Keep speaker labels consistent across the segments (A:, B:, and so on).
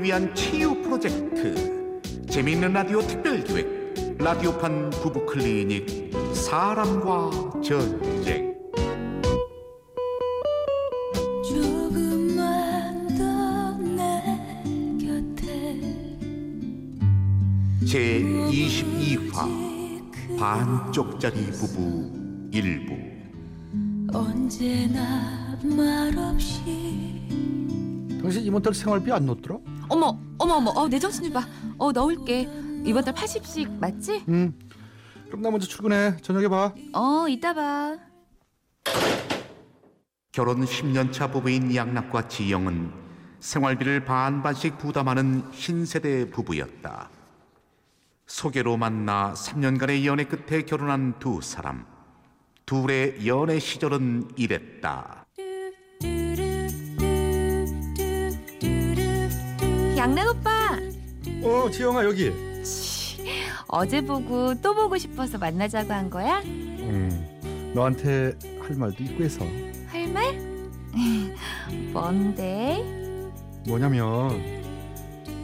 A: 위한 치유 프로젝트 재미있는 라디오 특별기획 라디오판 부부 클리닉 사람과 전쟁
B: 조금만 더 내 곁에
A: 제 22화
B: 22화
A: 반쪽짜리 부부 일부
B: 언제나 말없이
C: 당신 이번 달 생활비 안 넣었더라?
D: 어머 어머 어머 어, 내 정신 좀봐어 넣을게 이번 달 80씩 맞지?
C: 응. 그럼 나 먼저 출근해. 저녁에 봐.
D: 어 이따 봐
A: 결혼 10년차 부부인 양락과 지영은 생활비를 반반씩 부담하는 신세대 부부였다. 소개로 만나 3년간의 연애 끝에 결혼한 두 사람. 둘의 연애 시절은 이랬다.
D: 양락 오빠
C: 어, 지영아 여기.
D: 어제 보고 또 보고 싶어서 만나자고 한 거야?
C: 응. 너한테 할 말도 있고 해서.
D: 할 말? 뭔데?
C: 뭐냐면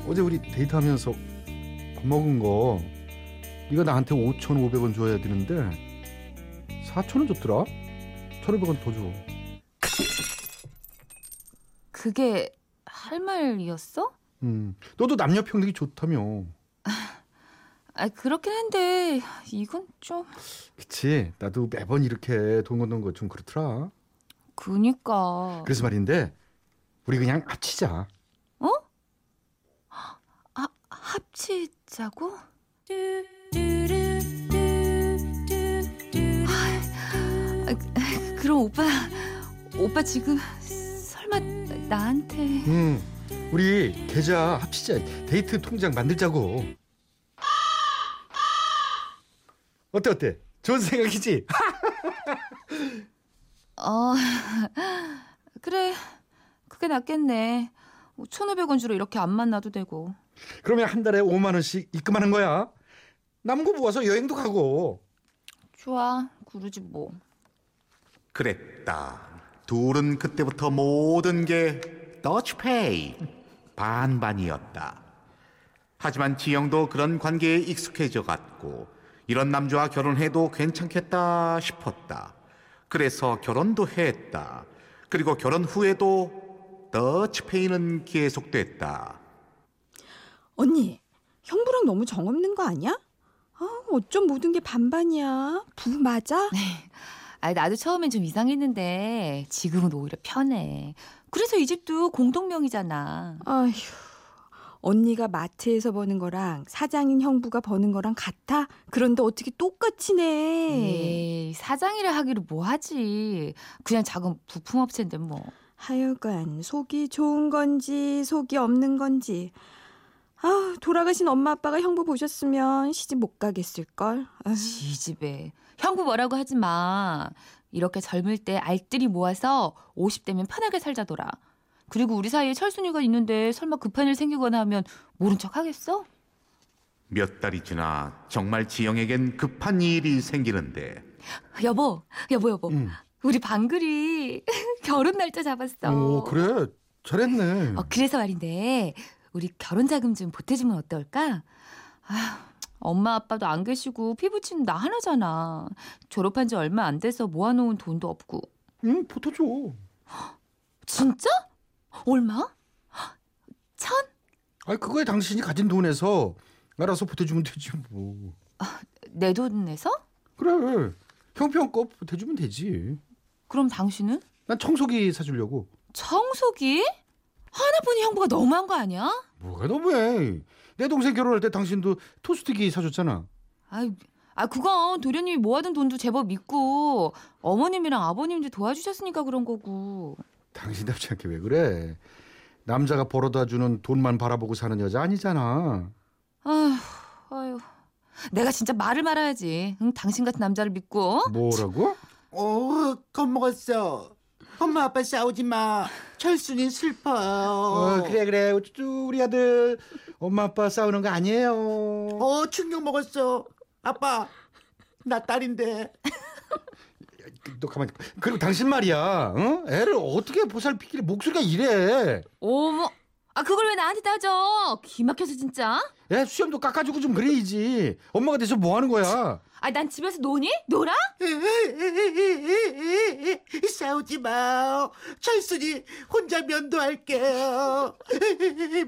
C: 어제 우리 데이트하면서 밥 먹은 거 네가 나한테 5,500원 줘야 되는데 4,000원 줬더라. 1,500원 더 줘.
D: 그게 할 말이었어?
C: 음. 너도 남녀 평등이 좋다며.
D: 아 그렇긴 한데 이건 좀
C: 그치 나도 매번 이렇게 돈 걷는 거 좀 그렇더라.
D: 그니까
C: 그래서 말인데 우리 그냥 합치자.
D: 합치자고? 아, 아, 그럼 오빠 오빠 지금 설마 나한테
C: 응. 우리 계좌 합치자. 데이트 통장 만들자고. 어때 어때? 좋은 생각이지?
D: 어 그래 그게 낫겠네 1500원 주로 이렇게 안 만나도 되고
C: 그러면 한 달에 5만 원씩 입금하는 거야. 남은 거 모아서 여행도 가고.
D: 좋아 그러지 뭐
A: 그랬다. 둘은 그때부터 모든 게 더치페이 반반이었다. 하지만 지영도 그런 관계에 익숙해져 갔고 이런 남자와 결혼해도 괜찮겠다 싶었다. 그래서 결혼도 했다. 그리고 결혼 후에도 더치페이는 계속됐다.
E: 언니, 형부랑 너무 정없는 거 아니야? 아, 어쩜 모든 게 반반이야. 부 맞아?
D: 아 나도 처음엔 좀 이상했는데 지금은 오히려 편해 그래서 이 집도 공동명의잖아
E: 아휴. 언니가 마트에서 버는 거랑 사장인 형부가 버는 거랑 같아? 그런데 어떻게 똑같이 내?
D: 에이, 예, 사장이라 하기로 뭐 하지. 그냥 작은 부품업체인데 뭐.
E: 하여간 속이 좋은 건지 속이 없는 건지. 아, 돌아가신 엄마 아빠가 형부 보셨으면 시집 못 가겠을 걸.
D: 지 집에. 형부 뭐라고 하지 마. 이렇게 젊을 때 알뜰히 모아서 50대면 편하게 살자더라. 그리고 우리 사이에 철순이가 있는데 설마 급한 일 생기거나 하면 모른 척 하겠어?
A: 몇 달이 지나 정말 지영에겐 급한 일이 생기는데
D: 여보, 여보, 여보.
C: 응.
D: 우리 방글이 결혼 날짜 잡았어.
C: 오 그래 잘했네.
D: 어, 그래서 말인데 우리 결혼 자금 좀 보태주면 어떨까? 아휴, 엄마 아빠도 안 계시고 피부치는 나 하나잖아. 졸업한 지 얼마 안 돼서 모아놓은 돈도 없고.
C: 응 보토 줘.
D: 진짜? 얼마? 천?
C: 아니 그거에 당신이 가진 돈에서 알아서 보태주면 되지 뭐.
D: 내 돈 내서?
C: 그래 형편껏 보태주면 되지.
D: 그럼 당신은?
C: 난 청소기 사주려고.
D: 청소기? 하나뿐인 형부가 너무한 거 아니야?
C: 뭐가 너무해. 내 동생 결혼할 때 당신도 토스트기 사줬잖아.
D: 아이, 아 그건 도련님이 모아둔 돈도 제법 있고 어머님이랑 아버님도 도와주셨으니까 그런 거고.
C: 당신답지 않게 왜 그래? 남자가 벌어다 주는 돈만 바라보고 사는 여자 아니잖아.
D: 아휴, 아휴. 내가 진짜 말을 말아야지. 응, 당신 같은 남자를 믿고. 어?
C: 뭐라고?
F: 오, 겁먹었어. 엄마 아빠 싸우지 마. 철순이 슬퍼요.
C: 어, 그래 우쭈쭈 우리 아들 엄마 아빠 싸우는 거 아니에요.
F: 어, 충격 먹었어. 아빠, 나 딸인데.
C: 너 가만히 있어. 그리고 당신 말이야. 응? 애를 어떻게 보살피길래 목소리가 이래?
D: 어머, 아 그걸 왜 나한테 따져? 기막혀서 진짜.
C: 야 수염도 깎아주고 좀 그래야지. 엄마가 대체 뭐 하는 거야?
D: 아 난 집에서 노니? 놀아?
F: 싸우지 마. 철순이 혼자 면도할게요.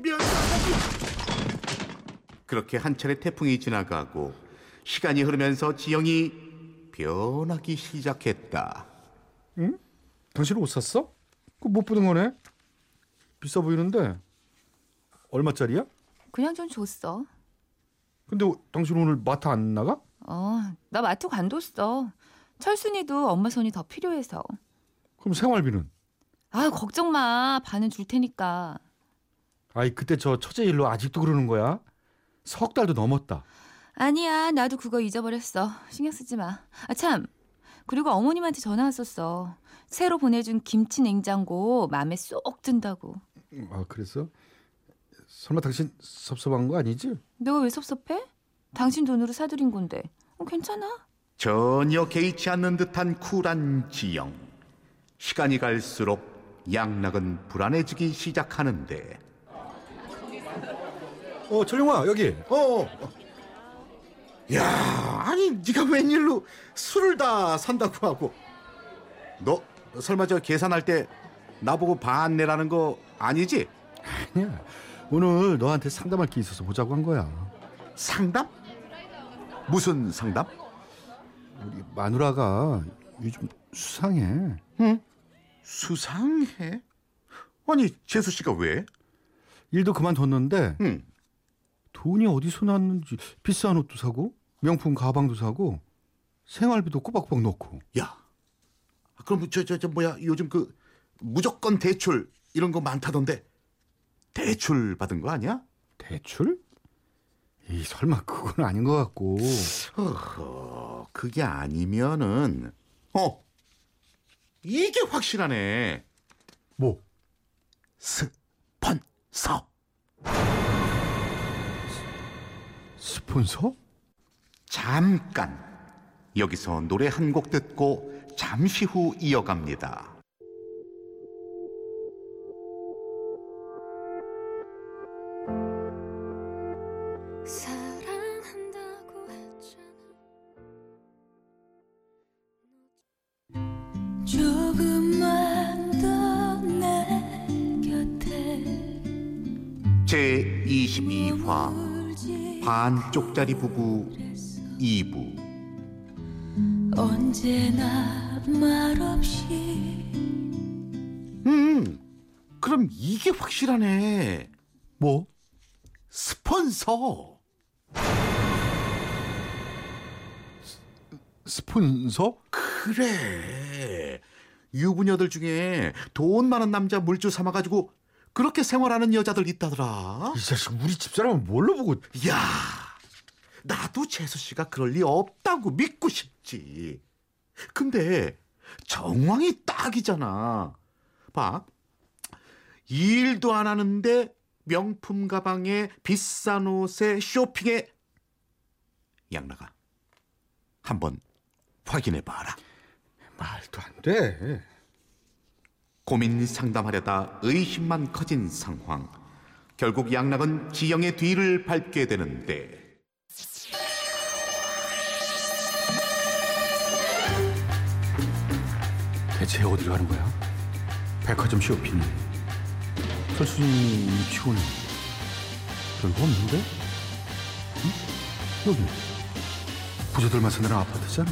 F: 면도.
A: 그렇게 한 차례 태풍이 지나가고 시간이 흐르면서 지영이 변하기 시작했다.
C: 당신 옷 샀어? 그거 못 보던 거네. 비싸 보이는데 얼마짜리야?
D: 그냥 좀 줬어.
C: 근데 당신 오늘 마트 안 나가?
D: 어, 나 마트 관뒀어. 철순이도 엄마 손이 더 필요해서.
C: 그럼 생활비는?
D: 아 걱정 마. 반은 줄 테니까.
C: 아이 그때 저 처제 일로 아직도 그러는 거야? 석 달도 넘었다.
D: 아니야, 나도 그거 잊어버렸어. 신경 쓰지 마. 아, 참. 그리고 어머님한테 전화 왔었어. 새로 보내준 김치 냉장고 마음에 쏙 든다고.
C: 아 그래서 설마 당신 섭섭한 거 아니지?
D: 내가 왜 섭섭해? 당신 돈으로 사들인 건데. 어, 괜찮아?
A: 전혀 개의치 않는 듯한 쿨한 지영. 시간이 갈수록 양락은 불안해지기 시작하는데
C: 어 철룡아 여기.
F: 어. 야, 아니 네가 웬일로 술을 다 산다고 하고.
A: 너 설마 저 계산할 때 나보고 반 내라는 거 아니지?
C: 아니야. 예. 오늘 너한테 상담할 게 있어서 보자고 한 거야.
A: 상담? 무슨 상담?
C: 우리 마누라가 요즘 수상해.
A: 수상해? 아니 재수 씨가 왜?
C: 일도 그만뒀는데
A: 응.
C: 돈이 어디서 났는지 비싼 옷도 사고 명품 가방도 사고 생활비도 꼬박꼬박 넣고
A: 야. 그럼 저 저 저 뭐야 요즘 그 무조건 대출 이런 거 많다던데 대출 받은 거 아니야?
C: 대출? 이 설마 그건 아닌 것 같고
A: 어허, 그게 아니면은 어 이게 확실하네
C: 뭐
A: 스폰서
C: 스폰서?
A: 잠깐 여기서 노래 한 곡 듣고 잠시 후 이어갑니다.
B: 사랑한다고 했잖아 조금만 더 내 곁에
A: 제 22화
B: 울지
A: 반쪽짜리 부부 2부
B: 언제나 말없이
A: 음 그럼 이게 확실하네
C: 뭐?
A: 스폰서
C: 스폰서?
A: 그래 유부녀들 중에 돈 많은 남자 물주 삼아가지고 그렇게 생활하는 여자들 있다더라
C: 이 자식 우리 집사람을 뭘로 보고
A: 야 나도 재수 씨가 그럴 리 없다고 믿고 싶지 근데 정황이 딱이잖아 봐 일도 안 하는데 명품 가방에 비싼 옷에 쇼핑에 양나가 한번 확인해 봐라.
C: 말도 안 돼
A: 고민 상담하려다 의심만 커진 상황. 결국 양락은 지영의 뒤를 밟게 되는데
C: 대체 어디로 가는 거야? 백화점 쇼핑 철순이 피곤해 별거 없는데? 응? 여기 부자들만 사는 아파트잖아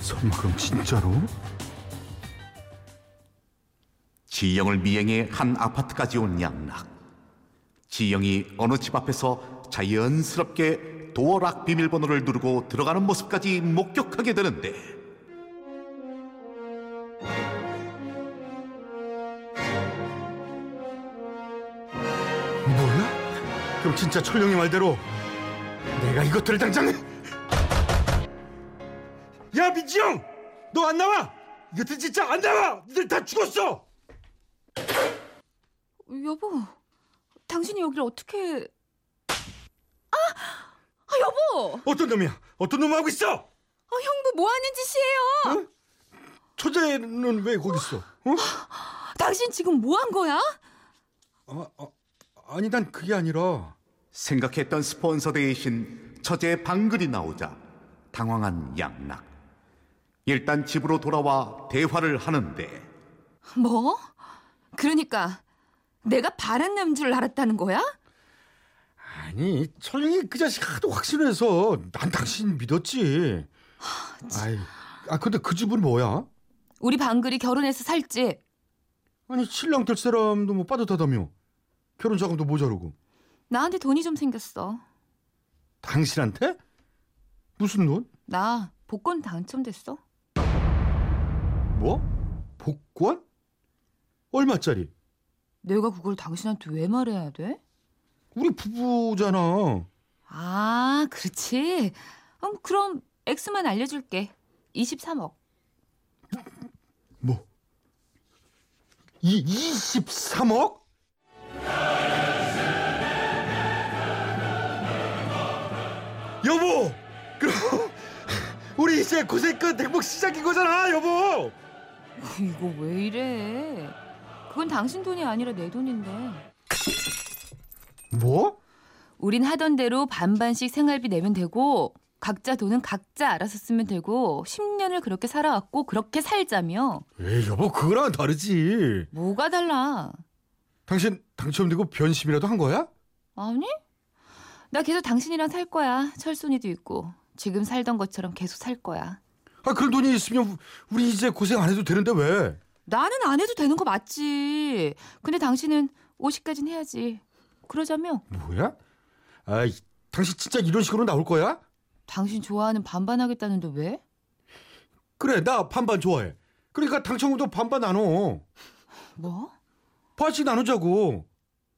C: 설마 그럼 진짜로?
A: 지영을 미행해 한 아파트까지 온 양락. 지영이 어느 집 앞에서 자연스럽게 도어락 비밀번호를 누르고 들어가는 모습까지 목격하게 되는데
C: 몰라? 그럼 진짜 철룡이 말대로 내가 이것들을 당장 야 민지영 너 안 나와 이것들 진짜 안 나와 니들 다 죽었어
D: 여보, 당신이 여기를 어떻게... 아! 아, 여보!
C: 어떤 놈이야 어떤 놈 하고 있어
D: 아, 형부 뭐 하는 짓이에요?
C: 초재는 왜 거기 있어 어?
D: 당신 지금 뭐 한 거야?
C: 아, 아, 아니 난 그게 아니라
A: 생각했던 스폰서 대신 처제 방글이 나오자 당황한 양락. 일단 집으로 돌아와 대화를 하는데
D: 뭐? 그러니까 내가 바란 남줄 알았다는 거야?
C: 아니 철영이 그 자식 하도 확신해서 난 당신 믿었지. 아이, 아 근데 그 집은 뭐야?
D: 우리 방글이 결혼해서 살지.
C: 아니 신랑 될 사람도 뭐 빠듯하다며 결혼 자금도 모자르고
D: 나한테 돈이 좀 생겼어.
C: 당신한테 무슨 돈?
D: 나 복권 당첨됐어.
C: 뭐? 복권? 얼마짜리?
D: 내가 그걸 당신한테 왜 말해야 돼?
C: 우리 부부잖아.
D: 아, 그렇지. 음, 그럼 X만 알려줄게. 23억.
C: 뭐? 이 23억? 여보! 그럼 우리 이제 고생 끝 행복 시작인 거잖아, 여보!
D: 이거 왜 이래? 그건 당신 돈이 아니라 내 돈인데.
C: 뭐?
D: 우린 하던 대로 반반씩 생활비 내면 되고 각자 돈은 각자 알아서 쓰면 되고 10년을 그렇게 살아왔고 그렇게 살자며.
C: 에이, 여보, 그거랑 다르지.
D: 뭐가 달라?
C: 당신 당첨되고 변심이라도 한 거야?
D: 아니? 나 계속 당신이랑 살 거야. 철순이도 있고. 지금 살던 것처럼 계속 살 거야.
C: 아, 그런 돈이 있으면 우리 이제 고생 안 해도 되는데 왜?
D: 나는 안 해도 되는 거 맞지. 근데 당신은 50까진 해야지. 그러자며
C: 뭐야? 아이, 당신 진짜 이런 식으로 나올 거야?
D: 당신 좋아하는 반반하겠다는데 왜?
C: 그래 나 반반 좋아해 그러니까 당첨금도 반반 나눠
D: 뭐?
C: 반씩 나누자고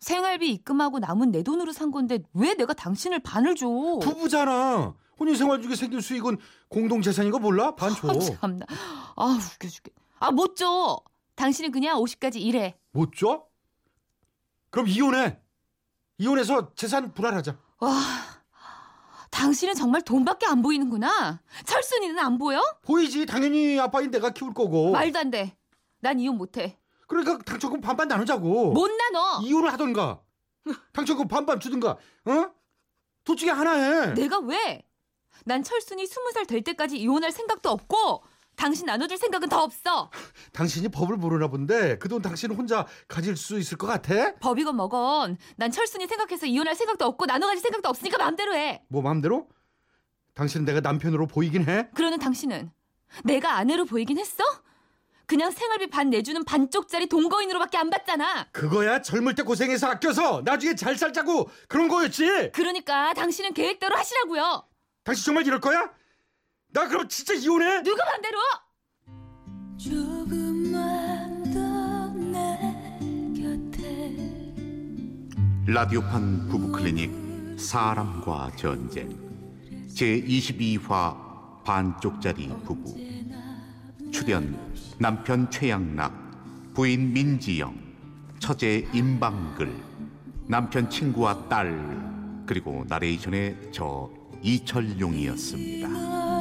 D: 생활비 입금하고 남은 내 돈으로 산 건데 왜 내가 당신을 반을 줘?
C: 부부잖아 혼인생활 중에 생긴 수익은 공동재산인 거 몰라? 반줘
D: 아, 참나. 아 웃겨 죽겠. 아못 줘. 당신은 그냥 50까지 일해.
C: 못 줘? 그럼 이혼해 이혼해서 재산 분할하자
D: 와. 당신은 정말 돈밖에 안 보이는구나. 철순이는 안 보여?
C: 보이지 당연히 아빠인 내가 키울 거고
D: 말도 안 돼. 난 이혼 못 해.
C: 그러니까 당첨금 반반 나누자고
D: 못 나눠.
C: 이혼을 하던가 당첨금 반반 주든가 어? 둘 중에 하나 해
D: 내가 왜? 난 철순이 스무 살 될 때까지 이혼할 생각도 없고 당신 나눠줄 생각은 더 없어.
C: 당신이 법을 모르나 본데 그 돈 당신 혼자 가질 수 있을 것 같아?
D: 법이건 뭐건 난 철순이 생각해서 이혼할 생각도 없고 나눠가질 생각도 없으니까 마음대로 해.
C: 뭐 마음대로? 당신은 내가 남편으로 보이긴 해?
D: 그러는 당신은 내가 아내로 보이긴 했어? 그냥 생활비 반 내주는 반쪽짜리 동거인으로밖에 안 받잖아.
C: 그거야 젊을 때 고생해서 아껴서 나중에 잘 살자고 그런 거였지
D: 그러니까 당신은 계획대로 하시라고요.
C: 당신 정말 이럴 거야? 나 그럼 진짜 이혼해?
D: 누구 맘대로?
B: 조금만 더 내 곁에
A: 라디오판 부부클리닉 사람과 전쟁 제22화 반쪽짜리 부부 출연 남편 최양락 부인 민지영 처제 임방글 남편 친구와 딸 그리고 나레이션의 저 이철용이었습니다.
B: 널